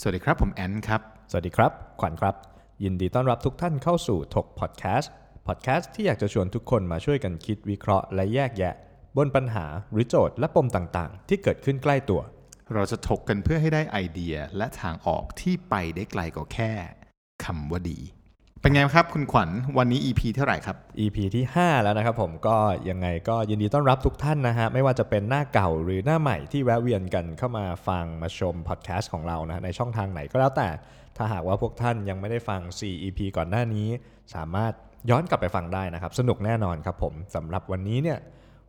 สวัสดีครับ ผมแอนครับ สวัสดีครับ ขวัญครับ ยินดีต้อนรับทุกท่านเข้าสู่ถกพอดแคสต์พอดแคสต์ที่อยากจะชวนทุกคนมาช่วยกันคิดวิเคราะห์และแยกแยะ บนปัญหาหรือโจทย์และปมต่างๆ ที่เกิดขึ้นใกล้ตัว เราจะถกกันเพื่อให้ได้ไอเดียและทางออกที่ไปได้ไกลกว่าแค่คำว่าดี เป็นไงครับคุณขวัญวันนี้ EP เท่าไหร่ครับ EP ที่ 5 แล้วนะครับผมก็ยังไงก็ยินดีต้อนรับทุกท่านนะฮะ ไม่ว่าจะเป็นหน้าเก่าหรือหน้าใหม่ที่แวะเวียนกันเข้ามาฟังมาชมพอดแคสต์ของเรานะฮะในช่องทางไหนก็แล้วแต่ ถ้าหากว่าพวกท่านยังไม่ได้ฟัง 4 EP ก่อนหน้านี้ สามารถย้อนกลับไปฟังได้นะครับ สนุกแน่นอนครับผมสำหรับวันนี้เนี่ย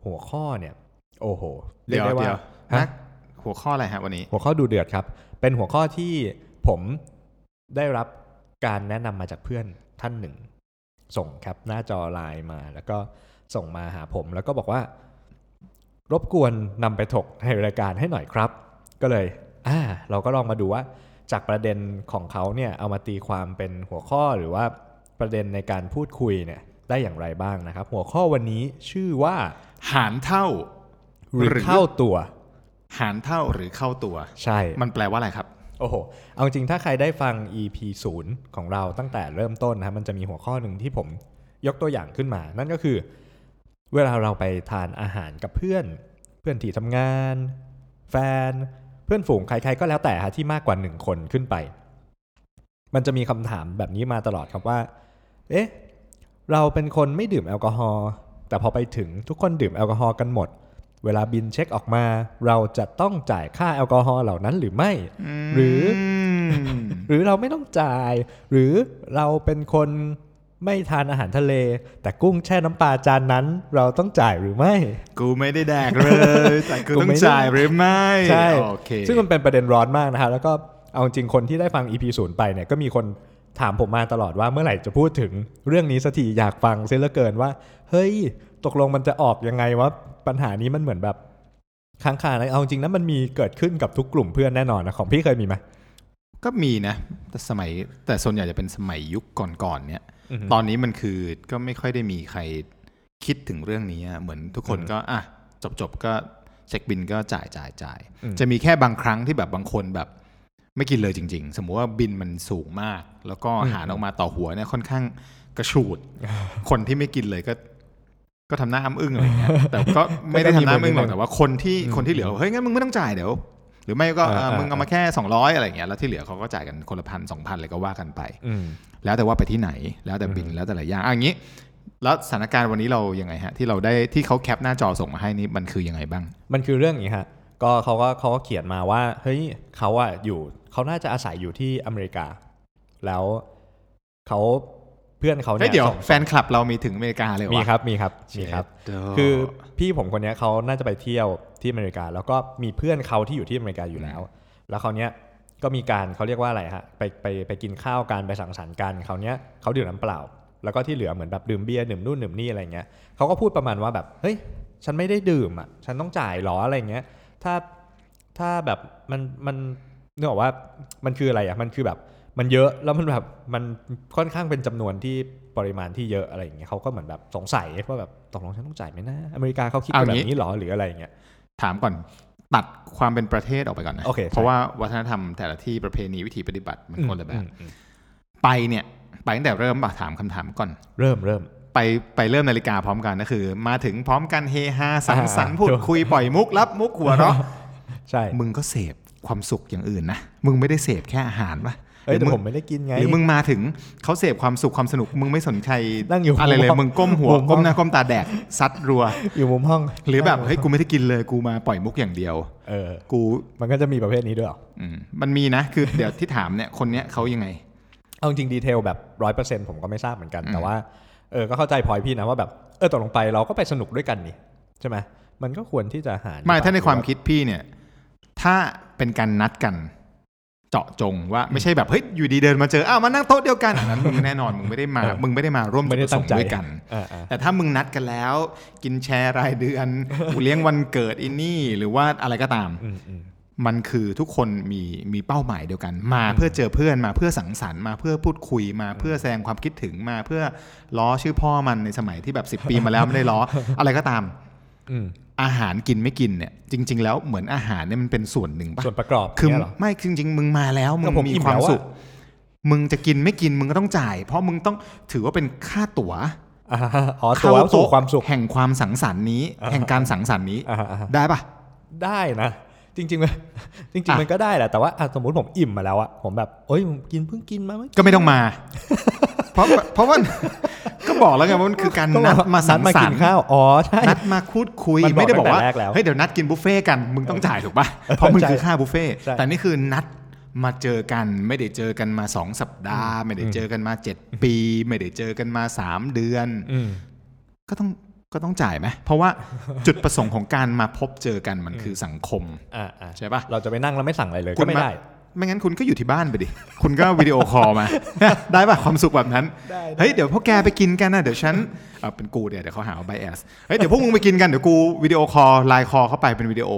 หัวข้อเนี่ยโอ้โหรีกไา นั ฮะ กหัวข้ออะไรฮะวันนี้ หัวข้อดูเดือดครับ เป็นหัวข้อที่ผมได้รับการแนะนำมาจากเพื่อนท่านหนึ่ง ส่งครับหน้าจอไลน์มา แล้วก็ส่งมาหาผม แล้วก็บอกว่า รบกวนนำไปถกในรายการให้หน่อยครับ ก็เลย อ่า เราก็ลองมาดูว่า จากประเด็นของเขาเนี่ยเอามาตีความเป็นหัวข้อหรือว่าประเด็นในการพูดคุยเนี่ยได้อย่างไรบ้างนะครับ หัวข้อวันนี้ชื่อว่า หารเท่า หรือเข้าตัว หารเท่าหรือเข้าตัว ใช่ มันแปลว่าอะไรครับ โอ้โห เอาจริงๆถ้าใครได้ฟัง EP 0 ของเราตั้งแต่เริ่มต้นนะครับมันจะมีหัวข้อหนึ่งที่ผมยกตัวอย่างขึ้นมา นั่นก็คือ เวลาเราไปทานอาหารกับเพื่อน เพื่อนที่ทำงาน แฟน เพื่อนฝูงใครๆก็แล้วแต่ฮะที่มากกว่าหนึ่งคนขึ้นไป มันจะมีคำถามแบบนี้มาตลอดครับว่า เอ๊ะ เราเป็นคนไม่ดื่มแอลกอฮอล์ แต่พอไปถึงทุกคนดื่มแอลกอฮอล์กันหมด เวลาบินเช็คออกมา เราจะต้องจ่ายค่าแอลกอฮอล์เหล่านั้นหรือไม่ หรือ ม หรือเราไม่ต้องจ่าย หรือเราเป็นคนไม่ทานอาหารทะเล แต่กุ้งแช่น้ำปลาจานนั้น เราต้องจ่ายหรือไม่ กูไม่ได้แดกเลยแต่กู กู ต้อง ไม่ได้ จ่ายหรือไม่ ใช่ โอเค ซึ่งมันเป็นประเด็นร้อนมากนะฮะแล้วก็เอาจริงคนที่ได้ฟัง EP ศูนย์ไปเนี่ยก็มีคนถามผมมาตลอดว่าเมื่อไหร่จะพูดถึงเรื่องนี้สักทีอยากฟังเสียเหลือเกินว่า เฮ้ย ตกลงมันจะออกยังไงว่าปัญหานี้มันเหมือนแบบค้างคานะเอาจริงนะมันมีเกิดขึ้นกับทุกกลุ่มเพื่อนแน่นอนนะของพี่เคยมีไหม ก็มีนะ แต่สมัยแต่ส่วนใหญ่จะเป็นสมัยยุคก่อนๆเนี่ย อือฮึ ตอนนี้มันคือก็ไม่ค่อยได้มีใครคิดถึงเรื่องนี้อะเหมือนทุกคน อืม ก็อ่ะจบจบๆก็เช็คบินก็จ่ายจ่ายจ่าย อืม จะมีแค่บางครั้งที่แบบบางคนแบบ ไม่กินเลยจริง ๆ สมมุติว่าบินมันสูงมาก แล้วก็หารออกมาต่อหัวเนี่ยค่อนข้างกระชู ด คนที่ไม่กินเลยก็ ก็ทำหน้าอ้ำอึ้งอะไรเงี้ยแต่ก็ไม่ ได้ทำหน้าอ้ำอึ้งหรอกแต่ว่าคนที่คนที่เหลือเฮ้ยงั้นมึงไม่ต้องจ่ายเดี๋ยว หรือไม่ก็เออมึงเอามาแค่200อะไรเงี้ยแล้วที่เหลือเขาก็จ่ายกันคนละพันสองพันเลยก็ว่ากันไป อืม แล้วแต่ว่าไปที่ไหนแล้วแต่บินแล้วแต่หลายอย่างอ่ะอย่างนี้ แล้วสถานการณ์วันนี้เรายังไงฮะ ที่เราได้ที่เขาแคปหน้าจอส่งมาให้นี่มันคือยังไงบ้าง มันคือเรื่องอย่างนี้ฮะ ก็เขาก็เขาก็เขียนมาว่า เฮ้ยเขาอะอยู่เขาน่าจะอาศัยอยู่ที่อเมริกา แล้วเขาเพื่อนเขา เฮ้ เนี่ย ยเดี๋ยว ส่ง แฟนคลับเรามีถึงอเมริกาเลยเหอวะ มีครับมีครับมี เจ็ด ครับ เด้ คือพี่ผมคนเนี้ยเขาน่าจะไปเที่ยวที่อเมริกา แล้วก็มีเพื่อนเขาที่อยู่ที่อเมริกาอยู่แล้ว แล้วเขาวเนี้ยก็มีการเขาเรียกว่าอะไรฮะไปไปไปกินข้าวกันไปสังสรรค์กันเขาวเนี้ยเขาดื่มน้ำเปล่า แล้วก็ที่เหลือเหมือนแบบดื่มเบียร์ดื่มนู่นดื่มนี่อะไรเงี้ยเขาก็พูดประมาณว่าแบบเฮ้ยฉันไม่ได้ดื่มอ่ะฉันต้องจ่ายเหรออะไรเงี้ยถ้าถ้าแบบมันมันนึกออกว่ามันคืออะไรอ่ะมันคือแบบมันเยอะแล้วมันแบบมันค่อนข้างเป็นจำนวนที่ปริมาณที่เยอะอะไรอย่างเงี้ยเขาก็เหมือนแบบสงสัยว่าแบบตกลงฉันต้องจ่ายไหมนะอเมริกาเขาคิดกันแบบนี้เหรอหรืออะไรเงี้ย ถามก่อนตัดความเป็นประเทศออกไปก่อนนะ โอเคใช่ เพราะว่าวัฒนธรรมแต่ละที่ประเพณีวิธีปฏิบัติมันคนละแบ อื บ มอืม ไปเนี่ยไปตั้งแต่เริ่มปะถามคำถามก่อน เริ่มเริ่ม ไปไปเริ่มนาฬิกาพร้อมกันก็คือ มาถึงพร้อมกันเฮฮาสังสรรค์ อ่า พูดคุยปล่อยมุกรับมุกหัว เราะ ใช่ มึงก็เสพความสุขอย่างอื่นนะ มึงไม่ได้เสพแค่อาหารปะ เอ้ย หรื แต่ อ ผ ง มไม่ได้กินไง หรือมึงมาถึงเขาเสพความสุขความสนุก มึงไม่สนใจ นั่งอยู่ อะไรเลย หัว มึงก้มหัว หัว ก้มหน้าก้มตาแดกซัดรัว อยู่มุมห้อง หรือแบบเฮ้ยกูไม่ได้กินเลยกูมาปล่อยมุกอย่างเดียว เออ กู มันก็จะมีประเภทนี้ด้วยเหรอ อืมมันมีนะ คือเดี๋ยวที่ถามเนี่ยคนเนี้ยเขายังไง เอาจริงดีเทลแบบร้อยเปอร์เซ็นผมก็ไม่ทราบเหมือนกัน อืม แต่ว่าเออก็เข้าใจพอยพี่นะว่าแบบเออตกลงไปเราก็ไปสนุกด้วยกันนี่ใช่ไหมมันก็ควรที่จะหา ไมาถ้าในความคิดพี่เนี่ย ถ้าเป็นการนัดกัน เจาะจงว่าไม่ใช่แบบเฮ้ยอยู่ดีเดินมาเจออ้าวมานั่งโต๊ะเดียวกันอันนั้นมึงแน่นอนมึงไม่ได้ มา มึงไม่ได้มาร่วมจุดไม่ได้ ประส ตั้ ง ง ค์ ใจ ด้วยกัน อ่าอ่า แต่ถ้ามึงนัดกันแล้ว กินแชร์รายเดือน กูเลี้ยงวันเกิดอินนี่ หรือว่าอะไรก็ตาม อืมอืม มันคือทุกคนมีมีเป้าหมายเดียวกัน มาเพื่อเจอเพื่อนมาเพื่อสังสรรค์มาเพื่อพูดคุยมาเพื่อแสดงความคิดถึงมาเพื่อล้อชื่อพ่อมันในสมัยที่แบบ 10 ปีมาแล้วไม่ได้ล้อ อะไรก็ตาม อืม อาหารกินไม่กินเนี่ย จริง ๆ แล้วเหมือนอาหารเนี่ยมันเป็นส่วนหนึ่งปะ ส่วนประกอบ คือ เนี่ยเหรอ ไม่จริง ๆ มึงมาแล้วมึ ก็ ง ผม มี อิ่ม ควา แล้ ม วอะ สุขมึงจะกินไม่กินมึงก็ต้องจ่าย เพราะมึงต้องถือว่าเป็นค่าตั๋ว อ่าอ๋อตัว เข้ สู่ความสุข แห่งความสังสรรค์นี้ แห่งการสังสรรค์นี้ อ่าฮะอ่าฮะ ได้ปะ ได้นะ จริงๆมัน จริง ๆ มันก็ได้แหละแต่ว่าอ่ะสมมติผมอิ่มมาแล้วอะผมแบบเอ้ยผมกินเพิ่งกินมาเมื่อกี้ ก็ไม่ต้องมา เพราะเพราะว่า ก็บอกแล้วไงว่ามันคือการ ก็ นัดมาสั นั ง ดมา สร กิ ร น ค์ ข้าวอ๋อใช่ นัดมาพูดคุย มันบอก ไม่ได้บอกว่า ตั้งแต่แรกแล้ว เฮ้ยเดี๋ยวนัดกินบุฟเฟ่ต์กันมึงต้องจ่ายถูกป่ะเพราะมึงคือค่าบุฟเฟ่ต์ ใช่ แต่นี่คือนัดมาเจอกัน ไม่ได้เจอกันมาสองสัปดาห์ ไม่ได้เจอกันมาเจ็ดปี ไม่ได้เจอกันมาสามเดือน อืม ก็ต้องก็ต้องจ่ายไหมเพราะว่าจุดประสงค์ของการมาพบเจอกันมันคือสังคม อ่าอ่า ใช่ปะ เราจะไปนั่งแล้วไม่สั่งอะไรเลย คุ ก็ ณ ไม่ มา ได้ ไม่งั้นคุณก็อยู่ที่บ้านไปดิ คุณก็วิดีโอคอลมา ได้ป่ะความสุขแบบนั้น ได้ได้ เฮ้ย เดี๋ยวพวกแกไปกินกันนะ เดี๋ยวฉันเอ่อเป็นกูเนี่ยเดี๋ยวเขาหาว่าไบแอสเฮ้ย เดี๋ยวพวกมึงไปกินกัน เดี๋ยวกูวิดีโอคอลไลน์คอลเข้าไปเป็นวิดีโอ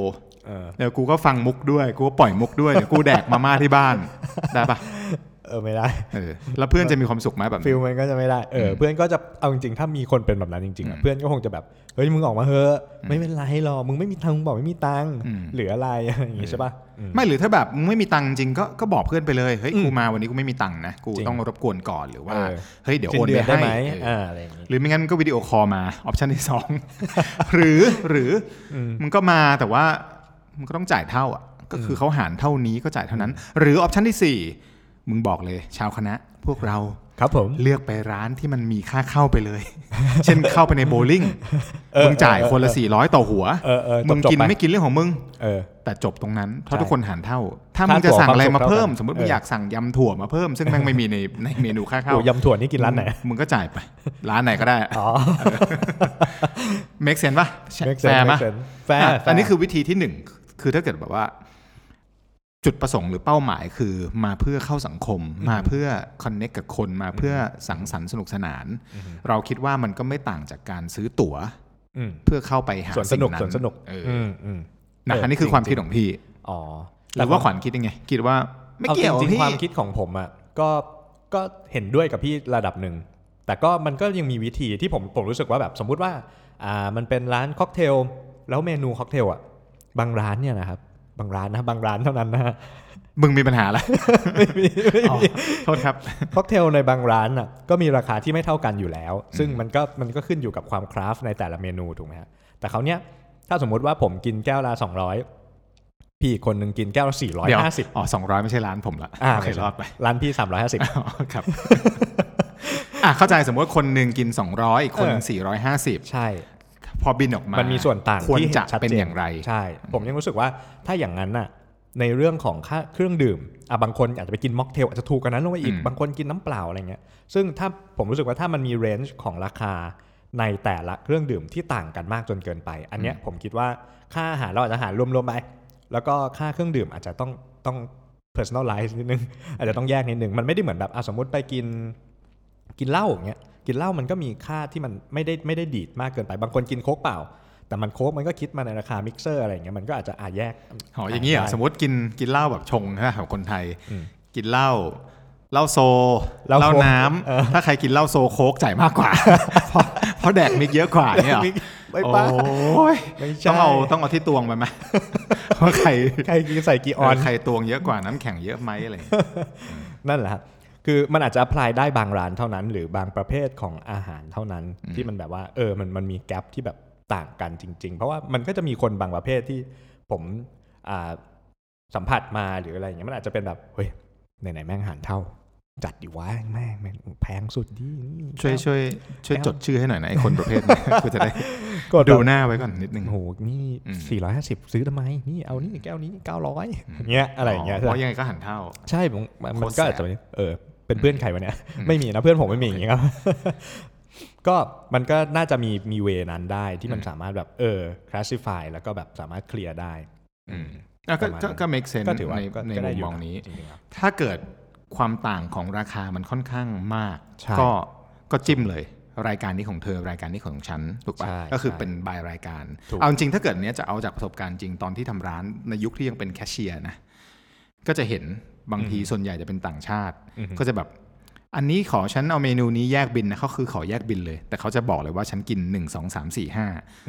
เออ เดี๋ยวกูก็ฟังมุกด้วย กูก็ปล่อยมุกด้วย เดี๋ยวกูแดกมาม่าที่บ้าน ได้ป่ะ เออไม่ได้ เออแล้วเพื่อนจะมีความสุขไหมแบบ ฟิ นี้ ลมันก็จะไม่ได้เอออเพื่อนก็จะเอาจริงๆถ้ามีคนเป็นแบบนั้นจริงๆอะเพื่อนก็คงจะแบบเฮ้ยมึงออกมาเถอะไม่เป็นไรหรอกมึงไม่มีตังค์มึงบอกไม่มีตังค์ อืม เหลืออะไรอะไรอย่างงี้ใช่ปะอืม ไม่หรือถ้าแบบมึงไม่มีตังค์จริงก็ก็บอกเพื่อนไปเลยเฮ้ย อืม กูมาวันนี้กูไม่มีตังค์นะกู จริง ต้องรบกวนก่อนหรือว่า เออ เฮ้ยเดี๋ยว สิ้ โอน เดื ไป อนได้ ให้ ไหม เออ อ่าอะไรอย่างงี้ หรือไม่งั้นก็วิดีโอคอลมา ออปชันที่สอง หรือหรืออมันก็มาแต่ว่ามันก็ต้องจ่ายเท่าอ่ะก็คือเขาหารเท่านี้ก็จ่ายเท่านั้น หรือออปชันที่สี่มึงบอกเลยชาวคณะ พวกเรา ครับผม เลือกไปร้านที่มันมีค่าเข้าไปเลย เช่นเข้าไปในโบลิ่งมึงจ่ายคนละ 400 ต่อหัว เออเออจบๆ มึงกิน ไป ไม่กินเรื่องของมึง เออ แต่จบตรงนั้นเพราะ ใช่ ทุกคนหารเท่า ถ้า ค่า มึงจะสั่ง ตั๋ว อะไรมาเพิ่ม ความสุขสมมเท่ากันติ เออ มึงอยากสั่งยำถั่วมาเพิ่ม ซึ่งแม่งไม่มีใน ในเมนูค่าเข้า โอ้ยำถั่วนี่กินร้านไหน มึงก็จ่ายไป ร้านไหนก็ได้ อ๋อ เม e เซนป่ะ Make sense, แฟร์ปะ make sense แฟร์ อ่ะ แฟร์ อันนี้คือวิธีที่หนึ่ง คือถ้าเกิดแบบว่า จุดประสงค์หรือเป้าหมายคือมาเพื่อเข้าสังคม มาเพื่อคอนเน็กกับคนมาเพื่อสังสรรค์สนุกสนาน เราคิดว่ามันก็ไม่ต่างจากการซื้อตั๋ว อืม เพื่อเข้าไปหา สวนสนุก ง สวนสนุก เออ อืมอืม นะอันนี้คือความคิดของพี่ อ๋อ หรือว่าขวัญคิดยังไง คิดว่าไม่เกี่ยว อาจริง พี่ ๆความคิดของผมอ่ะก็ก็เห็นด้วยกับพี่ระดับหนึ่ง แต่ก็มันก็ยังมีวิธีที่ผมผมรู้สึกว่าแบบสมมุติว่าอ่ามันเป็นร้านค็อกเทลแล้วเมนูค็อกเทลอ่ะบางร้านเนี่ยนะครับบางร้านนะบางร้านเท่านั้นนะฮะ มึงมีปัญหา ละอ๋อโทษครับ ค็อกเทลในบางร้านอ่ะก็มีราคาที่ไม่เท่ากันอยู่แล้ว ซึ่งมันก็มันก็ขึ้นอยู่กับความคราฟในแต่ละเมนูถูกไหมฮะแต่เขาวเนี้ยถ้าสมมุติว่าผมกินแก้วละ200 พี่อีกคนหนึ่งกินแก้วละ เดี๋ยว 450 อ๋อสองร้อยไม่ใช่ร้านผมละ อ่า โอเค ไม่ใช่ รอดไป ร้านพี่ 350 อ๋อครับ อ่ะ เข้าใจสมมติว่าคนหนึ่งกิน 200 อีกคนหนึ่ง เออ 450 ใช่ พอบินออก มา มันมีส่วนต่าง ควร ที่ จะ ชัด เป็น จ อย่างไร ใช่ ผมยังรู้สึกว่าถ้าอย่างนั้นน่ะในเรื่องของค่าเครื่องดื่มอ่ะบางคนอาจจะไปกินม็อกเทลอาจจะถูกกว่านั้นลงไปอีก อืม บางคนกินน้ำเปล่าอะไรเงี้ยซึ่งถ้าผมรู้สึกว่าถ้ามันมีเรนจ์ของราคาในแต่ละเครื่องดื่มที่ต่างกันมากจนเกินไป อันเนี้ยผมคิดว่าค่าอาหารเราอาจจะหารรวมๆไปแล้วก็ค่าเครื่องดื่มอาจจะต้องต้อง personalize นิดนึง อาจจะต้องแยกนิดนึงมันไม่ได้เหมือนแบบอ่ะสมมติไปกิน กินเหล้าอย่างเงี้ยกินเหล้ามันก็มีค่าที่มันไม่ได้ไม่ได้ดีดมากเกินไป บางคนกินโค้กเปล่า แต่มันโค้กมันก็คิดมาในราคามิกเซอร์อะไรอย่างเงี้ยมันก็อาจจะอาแยก อ๋ออย่างนี้เหรอ่ะสมมติกินกินเหล้าแบบชงใช่ไหมของคนไทย อืม กินเหล้าเหล้าโซ เหล้าโค้ก น้ำถ้าใครกินเหล้าโซโคกจ่ายมากกว่า เพราะเพราะแดกมิกเยอะกว่าเนี่ยเหรอ ไม่ โ ป้า อ้ย ไม่ใช่ ต้องเอาต้องเอาที่ตวงไปไหม ว่าใคร ใครกินใส่กี่ออน ใครตวงเยอะกว่าน้ำแข็งเยอะไหมอะไรอย่างเงี้ย นั่นแหละครับคือมันอาจจะ apply ได้บางร้านเท่านั้น หรือบางประเภทของอาหารเท่านั้น ที่มันแบบว่าเออมันมันมีแกลบที่แบบต่างกันจริง ๆ เพราะว่ามันก็จะมีคนบางประเภทที่ผมอ่าสัมผัสมาหรืออะไรอย่างเงี้ยมันอาจจะเป็นแบบเฮ้ยไหนๆแม่งอาหารเท่า จัดดิวะแม่งแม่งแพงสุดดีนี่ ช่วยช่วยช่วยจดชื่อให้หน่อยนะไอ้คนประเภท นี้กูจะได้ ก็ ดู ดู ห นะ น้าไว้ก่อนนิดนึง โอ้โหนี่ อืม สี่ร้อยห้าสิบซื้อทำไมนี่เอานี่แก้วนี้เก้าร้อยเงี้ยอะไรอย่างเงี้ย เพราะยังไงก็หันเท่า ใช่ผมมัน โค มั ต น ร ก็ แสบ อาจจะเออเป็นเพื่อนใครวะเนี่ย ไม่มีนะเพื่อนผมไม่มีอย่างนี้ครับ ก็มันก็น่าจะมีมีเวนั้นได้ที่มันสามารถแบบเออคลาส s ิฟายแล้วก็แบบสามารถเคลียร์ได้ อืมอ่ะก็ ประมาณ ก็ นั้น ก็ make sense ก็ถือว่า ใน ก็ ใน ก็ มุ ได้ ม อยู่ มองนี้ จริงๆครับ ถ้าเกิดความต่างของราคามันค่อนข้างมาก ใช่ ก็ก็จิ้มเลย รายการนี้ของเธอรายการนี้ของฉันถูกปะ ใช่ ก็คือ ใช่ เป็นบายรายการ ถูก เอาจริงๆถ้าเกิดเนี้ยจะเอาจากประสบการณ์จริงตอนที่ทำร้านในยุคที่ยังเป็นแคชเชียร์นะ ก็จะเห็นบางทีส่วนใหญ่จะเป็นต่างชาติ ก็จะแบบ อันนี้ขอฉันเอาเมนูนี้แยกบินนะเขาคือขอแยกบินเลย แต่เขาจะบอกเลยว่าฉันกิน 1 2 3 4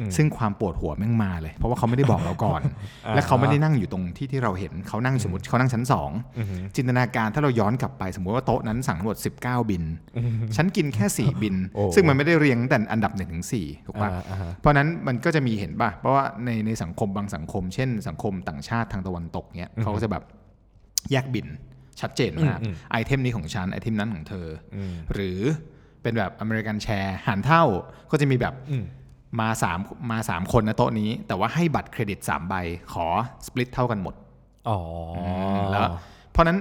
อืม 5 ซึ่งความปวดหัวแม่งมาเลย เพราะว่าเขาไม่ได้บอกเราก่อน อ่า และเขาไม่ได้นั่งอยู่ตรงที่ที่เราเห็นเขานั่งสมมติเขานั่งชั้นสอง อือหือ จินตนาการถ้าเราย้อนกลับไปสมมติว่าโต๊ะนั้นสั่งทั้งหมด 19 บิน อือหือ ฉันกินแค่ 4 บิน โอ้ ซึ่งมันไม่ได้เรียงตั้งแต่อันดับ1นถึงสถูกปะ อ่าอ่าฮะ เพราะฉะนั้นมันก็จะมีเห็นป่ะ เพราะว่าในในสังคมบางสังคม เช่นสังคมต่างชาติทางตะวันตกเนี้ยเขาก็จะแบบแยกบินชัดเจนมาก อืมอืม ไอเทมนี้ของฉันไอเทมนั้นของเธอ อืม หรือเป็นแบบอเมริกันแชร์หารเท่าก็จะมีแบบ อืม มาสามมาสามคนนะโต๊ะนี้ แต่ว่าให้บัตรเครดิต 3 ใบขอสปลิตเท่ากันหมด อ๋อ แล้วเพราะฉะนั้น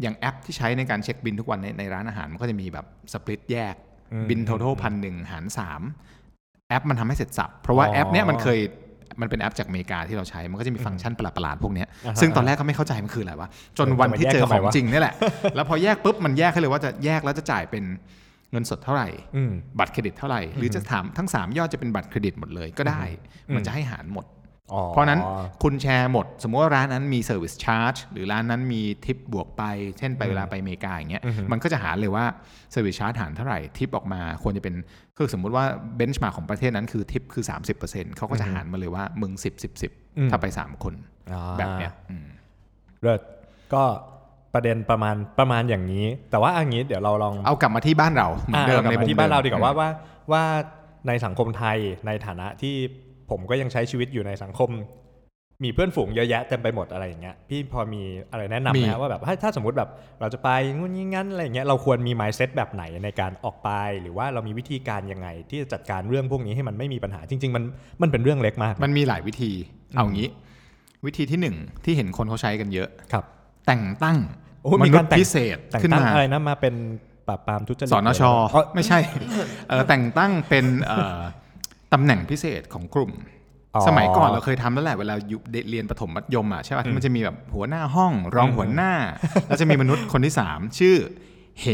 อย่างแอปที่ใช้ในการเช็คบินทุกวันในในร้านอาหารมันก็จะมีแบบสปลิตแยก อืม บินทั้งทพันหนึ่งหารสามแอปมันทำให้เสร็จสับ เพราะว่า อ๋อ แอปเนี้ยมันเคยมันเป็นแอปจากอเมริกาที่เราใช้มันก็จะมีฟังก์ชันประหลาดๆพวกเนี้ย อ่าฮะ ซึ่งตอนแรกก็ไม่เข้าใจมันคืออะไรวะ จน เออ วันที่เจอ จะขมาแยอกทำไมง วะ จริง เนี่ยแหละ แล้วพอแยกปุ๊บมันแยกให้เลยว่าจะแยกแล้วจะจ่ายเป็นเงินสดเท่าไหร่ อืม บัตรเครดิตเท่าไหร่ หรือจะถามทั้งสามยอดจะเป็นบัตรเครดิตหมดเลยก็ได้ อืม มันจะให้หารหมด อ๋อ เพราะฉะนั้นคุณแชร์หมด สมมติว่าร้านนั้นมีเซอร์วิสชาร์จหรือร้านนั้นมีทิปบวกไป เช่นไปเวลาไปอเมริกาอย่างเงี้ยมันก็จะหาเลยว่าเซอร์วิสชาร์จหารเท่าไหร่ทิปออกมาควรจะเป็นคือสมมุติว่าเบนช์มาของประเทศนั้นคือทิปคือ 30%เขาก็จะหารมาเลยว่ามึง 10 10 10 ถ้าไป 3 คน อ่า แบบเนี้ยอืม เลิศก็ประเด็นประมาณประมาณอย่างนี้ แต่ว่าอันนี้เดี๋ยวเราลอง เอากลับมาที่บ้านเราเหมือนเดิม อ่ะ ใน กลัมุบมาม ที่บ้านเราดีกว่าว่า อืม ว่าว่าในสังคมไทยในฐานะที่ผมก็ยังใช้ชีวิตอยู่ในสังคม มีเพื่อนฝูงเยอะแยะเต็มไปหมดอะไรอย่างเงี้ยพี่พอมีอะไรแนะนำไหมฮะว่าแบบถ้าถ้าสมมติแบบเราจะไปงู้นงี้งั้นอะไรอย่างเงี้ยเราควรมี mindset แบบไหนในการออกไป หรือว่าเรามีวิธีการยังไง ที่จะจัดการเรื่องพวกนี้ให้มันไม่มีปัญหาจริง ๆ มันมันเป็นเรื่องเล็กมาก มันมีหลายวิธี เอางี้ วิธีที่หนึ่งที่เห็นคนเขาใช้กันเยอะ ครับ แต่งตั้ง โอ้ย ม มี นุษ การ ย์ แต่ง พิเศษ แต่ง ขึ้น ตั้ง มา อะไรนะมาเป็นปราบปรามทุจริต สนช เอ้ย ไม่ใช่เอ่อแต่งตั้งเป็นเอ่อตำแหน่งพิเศษของกลุ่ม อ๋อ สมัยก่อนเราเคยทำแล้วแหละเวลาอยู่เดเรียนประถมมัธยมอ่ะใช่ป่ะที่มันจะมีแบบหัวหน้าห้องรองหัวหน้า แล้วจะมีมนุษย์คนที่สามชื่อ เห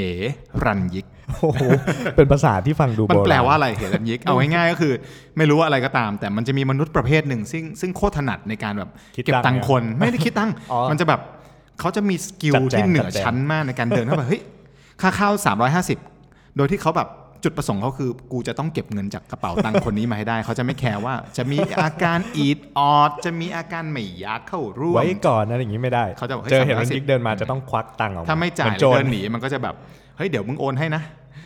รัญยิก โอ้โห เป็นภาษาที่ฟังดู มัน โบรณ แปลว่าอะไรเหรัญยิก เอาง่ายๆก็คือ ไม่รู้ว่าอะไรก็ตาม แต่มันจะมีมนุษย์ประเภทหนึ่ง ซึ่งซึ่งโคตรถนัดในการแบบ คิด เก็บ ตั ตังงค์ ค์คน ไม่ได้คิดตังค์ อ๋อ มันจะแบบเขาจะมีสกิล จัดแจง ที่เหนือ จัดแจง ชั้นมากในการเดินเข้าไปเฮ้ยค่าข้าว 350 โดยที่เขาแบบจุดประสงค์เขาคือ กูจะต้องเก็บเงินจากกระเป๋าตังค์คนนี้มาให้ได้ เขาจะไม่แคร์ว่า จะมีอาการอีดออดจะมีอาการไม่อยากเข้าร่วม ไว้ก่อนอะไรอย่างนี้ไม่ได้ เขาจะบอกให้ เจอเห็น สามร้ รั อน ยสิบ ยิกเดินมาจะต้องควักตังค์ออกมา ถ้าไม่จ่าย เหอนโจ แล้ว ร เดินหนีมันก็จะแบบ เฮ้ย เดี๋ยวมึงโอนให้นะ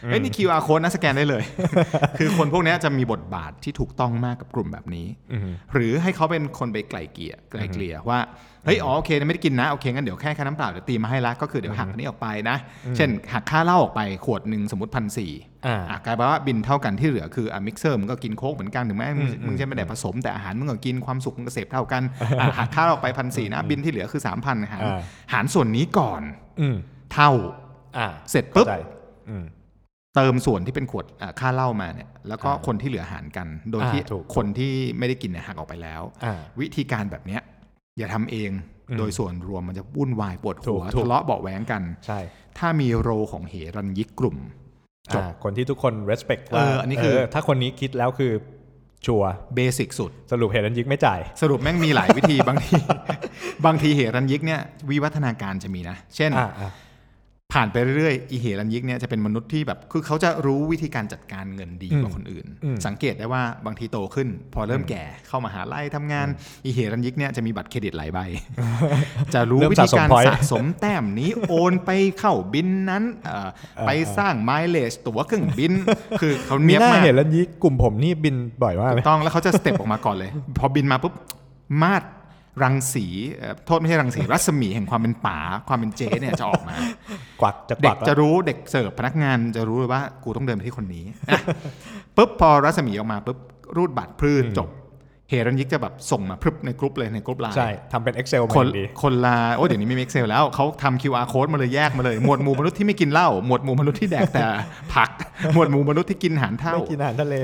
เฮ้ย นี่ QR code นะสแกนได้ เลย คือคนพวกเนี้ยจะมีบทบาทที่ถูกต้องมากกับกลุ่มแบบนี้ หรือให้เขาเป็นคนไปไกล่เกลี่ยไกล่เกลี่ยว่า เฮ้ย อ๋อ โอเคไม่ได้กินนะ โอเค งั้นเดี๋ยวแค่ค่าน้ำเปล่า เดี๋ยวตีมาให้ละ ก็คือเดี๋ยวหักอันนี้ออกไปนะ เช่น หักค่าเหล้าออกไปขวดหนึ่งสมมติพันสี่ อ่า กลายเป็นว่าบินเท่ากันที่เหลือคืออ่ะมิกเซอร์มึงก็กินโค้กเหมือนกันถึงแม้มึงมึงจะไม่ได้ผสมแต่อาหารมึงก็กินความสุขมึงก็เสพเท่ากันอ่ะหักค่าเหล้าออกไปพันสี่นะบินที่เหลือคือสามพันหารหารส่วนนี้ก่อน อืม เท่า อ่า เสร็จปุ๊บ เข้าใจอืม เติมส่วนที่เป็นขวดอ่าค่าเหล้ามาเนี่ยแล้วก็คนที่เหลือหารกัน โดย อ่า ที่ ถูก คนที่ไม่ได้กินเนี่ยหักออกไปแล้ว อ่า วิธีการแบบเนี้ยอย่าทำเอง อืม โดยส่วนรวมมันจะวุ่นวายปวดหัว ถูกถูก ทะเลาะเบาะแหวงกัน ใช่ ถ้ามีโรของเหรันยิกกลุ่ม จบ อ่าคนที่ทุกคน respect ว่า เอออันนี้คือ เถ้าคนนี้คิดแล้วคือชัวร์ เบสิกสุด สรุปเห็นรันยิกไม่จ่าย สรุปแม่งมีหลายวิธี บางที บางทีเหรันยิกเนี่ยวิวัฒนาการจะมีนะ เช่น อ่าอ่า ผ่านไปเรื่อยๆอีเหรันยิกเนี่ยจะเป็นมนุษย์ที่แบบ คือเขาจะรู้วิธีการจัดการเงินดีกว่าคนอื่น สังเกตได้ว่าบางทีโตขึ้น พอเริ่มแก่เข้ามาหาลัยทำงานอีเหรันยิกเนี่ยจะมีบัตรเครดิตหลาย ใบ จะรู้วิธีการสะสมแต้ม นี้ โอนไปเข้าบินนั้นเอ่อไปสร้างไมล์เลสตั๋วเครื่องบิน คือเขา มี เนี้ยหน้ามบาก เห็นรันยิกกลุ่มผมนี่บินบ่อยมาก ถู เลย กต้องแล้วเขาจะสเต็ปออกมาก่อนเลย พอบินมาปุ๊บมาดรังสีเอ่อโทษไม่ใช่รังสีรัศมีแห่งความเป็นป๋าความเป็นเจ๊เนี่ยจะออกมา กวักจะก เด็ วั ก ก จะ แล้ว รู้เด็กเสิร์ฟพนักงานจะรู้เลยว่ากูต้องเดินไปที่คนนี้นะ ปุ๊บพอรัศมีออกมาปุ๊บรูดบัตรพรืนจบเฮรันยิกจะแบบส่งมาพรึบในกรุ๊ปเลยในกรุ๊ปไลน์ ใช่ทำเป็น Excel มา คน ดี คนลาโอ้ยเดี๋ยวนี้มี Excel แล้วเขาทำ QR code มาเลยแยกมาเลย หมวดหมู่มนุษย์ที่ไม่กินเหล้าหมวดหมู่มนุษย์ที่แดกแต่ ผัก หมวดหมู่มนุษย์ที่กินอาหารเท่า ไม่กินอาหารทะเล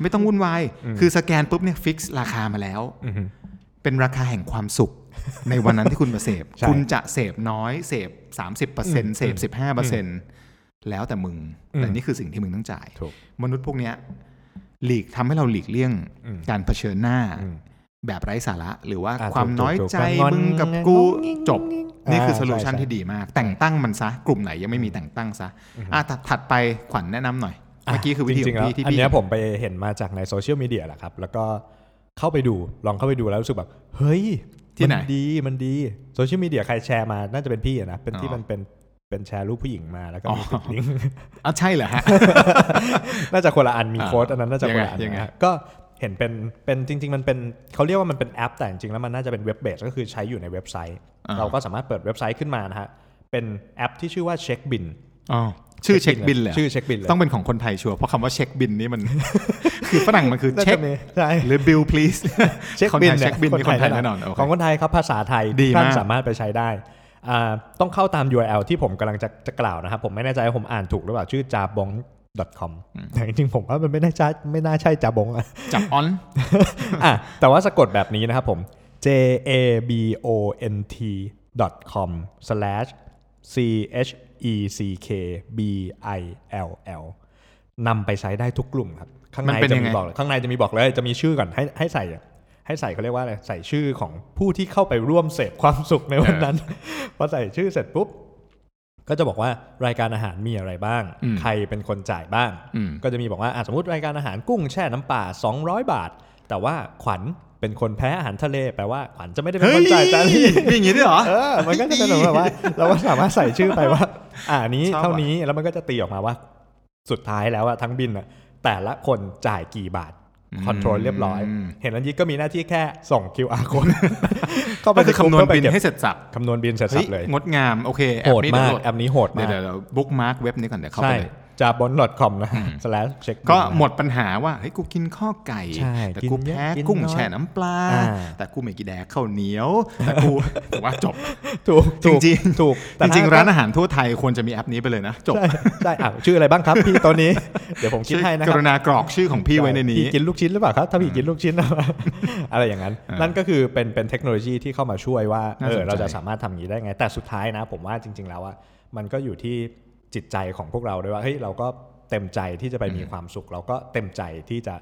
ไม่ต้องวุ่นวาย คือสแกนปุ๊บเนี่ยฟิกซ์ราคามาแล้ว เป็นราคาแห่งความสุข ในวันนั้นที่คุณมาเสพ ใช่ คุณจะเสพน้อยเสพ 30%เสพ 15%แล้วแต่มึง แต่นี่คือสิ่งที่มึงต้องจ่าย ถูก มนุษย์พวกเนี้ยหลีกทำให้เราหลีกเลี่ยงการเผชิญหน้า แบบไร้สาระหรือว่า อ่ะ ความ ถูกๆ น้อยใจ ถูกๆความงอน มึงกับกู งอนงิ้ง จบ งิ้ง นี่คือ ใช่ โซลูชัน ใช่ ที่ดีมาก แต่งตั้งมันซะ กลุ่มไหนยังไม่มีแต่งตั้งซะอ่ะถัดถัดไปขวัญแนะนำหน่อย เมื่อกี้คือวิธี จ ข ริ อง ง ๆแล้ว พี่ที่ อัน พี่ เนี้ยผมไปเห็นมาจากในโซเชียลมีเดียแหละครับ แล้วก็เข้าไปดูลองเข้าไปดูแล้วรู้สึกแบบ เฮ้ย ที่ไหน มัดีมันดีโซเชียลมีเดียใครแชร์มาน่าจะเป็นพี่อะนะเป็นที่ อ๋อ มันเป็นเป็นแชร์รูปผู้หญิงมาแล้วก็ มี อ๋ ติ อ ดลิงก์ อ่ะใช่เหรอฮะ น่าจะคนละอันมี อ่า โค้ดอันนั้นน่าจะคนละอัน ยังไงยังไง นะฮะก็เห็นเป็นเป็นจริง ๆ มันเป็นเขาเรียกว่ามันเป็นแอป แต่จริงๆแล้วมันน่าจะเป็นเว็บเบสก็คือใช้อยู่ในเว็บไซต์ เราก็สามารถเปิดเว็บไซต์ขึ้นมานะฮะเป็นแอปที่ชื่อว่าเช็คบิน อ๋อชื่อเช็คบินเลย ชื่อเช็คบินเลย ต้องเป็นของคนไทยชัวร์เพราะคำว่าเช็คบินนี่มัน คือฝรั่งมันคือ น่า เช็ค จะมีใช่ หรือ bill please เช็ค ของ บิน ไทยเช็คบิน เย นี่คนไทยแน่นอนโอเค ของคนไทยครับภาษาไทย ดี ท่าน มาก สามารถไปใช้ได้อ่าต้องเข้าตาม URL ที่ผมกำลังจะจะกล่าวนะครับ ผมไม่แน่ใจว่าผมอ่านถูกหรือเปล่าชื่อ jabong com แต่จริงๆผมว่ามันไม่น่าใช่ไม่น่าใช่ jabong อะ จับออน อ่ะแต่ว่าสะกดแบบนี้นะครับผม j a b o n t com slash c h e c k b i l l นำไปใช้ได้ทุกกลุ่มครับ ข้าง มัน ใน เป็น จะ ยัง มี ไง บอกเลยข้างในจะมีบอกเลย จะมีชื่อก่อนให้ให้ใส่อะให้ใส่เขาเรียกว่าอะไร ใส่ชื่อของผู้ที่เข้าไปร่วมเสพความสุขในวันนั้น พอใส่ชื่อเสร็จปุ๊บ ก็จะบอกว่ารายการอาหารมีอะไรบ้าง อืม ใครเป็นคนจ่ายบ้าง อืม ก็จะมีบอกว่าอ่ะสมมติรายการอาหารกุ้งแช่น้ำป่า 200 บาท แต่ว่าขวัญเป็นคนแพ้อาหารทะเลแปลว่าขวัญจะไม่ได้เป็นคนจ่ายจานนี้ มีอย่างนี้ด้วยเหรอ เออมันก็จะเป็นแบบว่า เราก็สามารถใส่ชื่อไปว่า อ่านี้ ชอบว่ะ เท่านี้แล้วมันก็จะตีออกมาว่า สุดท้ายแล้วอะทั้งบินอะแต่ละคนจ่ายกี่บาทคอนโทรลเรียบร้อย เห็นอันนี้ก็มีหน้าที่แค่ส่ง QR code เข้าไป ก็คือคำนวณ ใก บินลุ่มเพื่อไปเก็ ให้เสร็จสับ คำนวณบินเสร็จสั เฮ้ย บเลย งดงามโอเคแอ โห ป ด นี้ มาก โหลด แอปนี้โหดมา เดี๋ยวกเดี๋ยวบุ๊กมาร์กเว็บนี้ก่อนเดี๋ยวเข้า ใช่ ไปเลย จาบอน .com นะฮะ slash check ก็หมดปัญหาว่าเฮ้ยกูกินข้อไก่ ใช่ แต่ กิน กู เยอะ แพ้ กิน กุ้ง น้อย แช่น้ำปลา อ่า แต่กูไม่กินแดกข้าวเหนียว แต่ กู แต่ว่าจบ ถูกถูก จริงๆ ถูก จ แต่ ริง ถ้ ๆร้านอาหารทั่วไทยควรจะมีแอปนี้ไปเลยนะ จบ ใช่ใช่อ่ะชื่ออะไรบ้างครับ พี่ตัว นี้ เดี๋ยวผมคิดให้นะค ก รับ รุณากรอกชื่อของพี่ไว้ในนี้ พี่กินลูกชิ้นหรือเปล่าครับ ถ้าพี่กินลูกชิ้นนะ อะไรอย่างนั้น นั่นก็คือเป็นเป็นเทคโนโลยีที่เข้ามาช่วยว่า น่า เอ ส อน ใจ เราจะสามารถทำอย่างนี้ได้ไง แต่สุดท้ายนะ ผมว่าจริง ๆ แล้วอ่ะมันก็อยู่ที่จิตใจของพวกเราด้วยว่าเฮ้ยเราก็เต็มใจที่จะไปมีความสุข เราก็เต็มใจที่จะ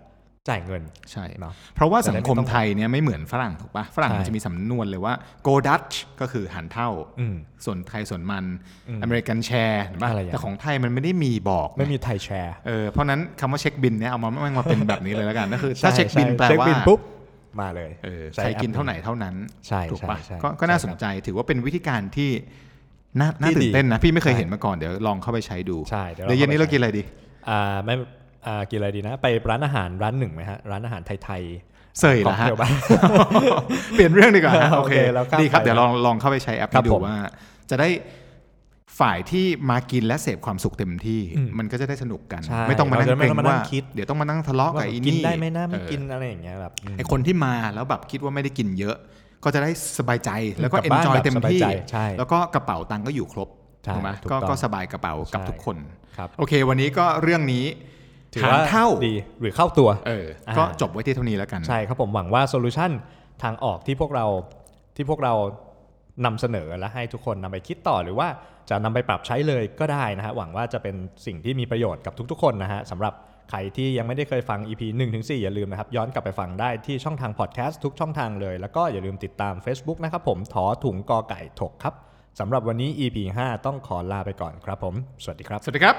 จ่ายเงิน ใช่ เนาะ เพราะว่าสังคม จะได้ไม่ต้อง ไทยเนี่ยไม่เหมือนฝรั่งถูกปะฝรั่ง ใช่ มันจะมีสำนวนเลยว่า go Dutch ก็คือหันเท่า อืม ส่วนไทยส่วนมัน อืม อเมริกันแชร์เห็นป่ะ อะไรอย่าง แต่ของไทยมันไม่ได้มีบอก ไม่มีไทยแชร์ เออเพราะนั้นคำว่าเช็คบินเนี่ยเอามาแม่งมาเป็นแบบนี้เลยแล้วกันก็คือ ใ ถ้าเช็คบินแปล เช็ค ว่า บินปุ๊บมาเลย เออ ช่ ใครกิน แอป เท่าไหนเท่านั้น ใช่ ถูกปะ ใช่ใช่ ก็ก็น่าสใช่ครั น บ ใจถือว่าเป็นวิธีการที่น่าน่า ที่ ตื่ ดี นเต้นนะ พี่ไม่เคย ใช่ เห็นมาก่อนเดี๋ยวลองเข้าไปใช้ดู ใช่เดี๋ เดี๋ ย ยว ว เรา เย็นนี้เรากินอะไรดี อ่าไม่อ่ากินอะไรดีนะ ไปร้านอาหารร้านหนึ่งไหมฮะ ร้านอาหารไทย เสย ๆ เหรอฮะ เที่ยวบ้าน เปลี่ยนเรื่องดีกว่าฮะโอเค โอเคแล้วข้าม ดีครับ ไป เดี๋ยวลองลองเข้าไปใช้แอป ครับ นี้ดู ผม ว่า จะได้ฝ่ายที่มากินและเสพความสุขเต็มที่ มันก็จะได้สนุกกัน ใช่ ไม่ต้องมานั่ง เราจะ เก ไม่ รง ต้องมานั่ ว่าง คิด เดี๋ ยวต้องมานั่งทะเลาะ ว่า กับอี กิน นี่ ได้ไหมนะไม่ เออ กินอะไรอย่างเงี้ยแบบอืม ไอคนที่มาแล้วแบบคิดว่าไม่ได้กินเยอะ ก็จะได้สบายใจแล้วก็ ลับ เอน บ้าน จอย แบบ เต็ม สบา ที่ ใจใช่ แล้วก็กระเป๋าตังค์ก็อยู่ครบ ใช่ ถูกไหม ถูก ก็ ต้อง ก็สบายกระเป๋ากับ ใช่ ทุกคน ครับ โอเค วันนี้ก็เรื่องนี้ ถือ หาร ว่า เท่า ดีหรือเข้าตัว เออ อ่า ก็จบไว้ที่เท่านี้แล้วกัน ใช่ครับผมหวังว่าโซลูชันทางออกที่พวกเราที่พวกเรานำเสนอและให้ทุกคนนำไปคิดต่อหรือว่าจะนำไปปรับใช้เลยก็ได้นะฮะหวังว่าจะเป็นสิ่งที่มีประโยชน์กับทุกๆ คนนะฮะสำหรับใครที่ยังไม่ได้เคยฟัง EP 1-4ถึงอย่าลืมนะครับ ย้อนกลับไปฟังได้ที่ช่องทางพอดแคสต์ทุกช่องทางเลย แล้วก็อย่าลืมติดตาม Facebook นะครับผมถอถุงกอไก่ถกครับสำหรับวันนี้ EP 5 ต้องขอลาไปก่อนครับผม สวัสดีครับ สวัสดีครับ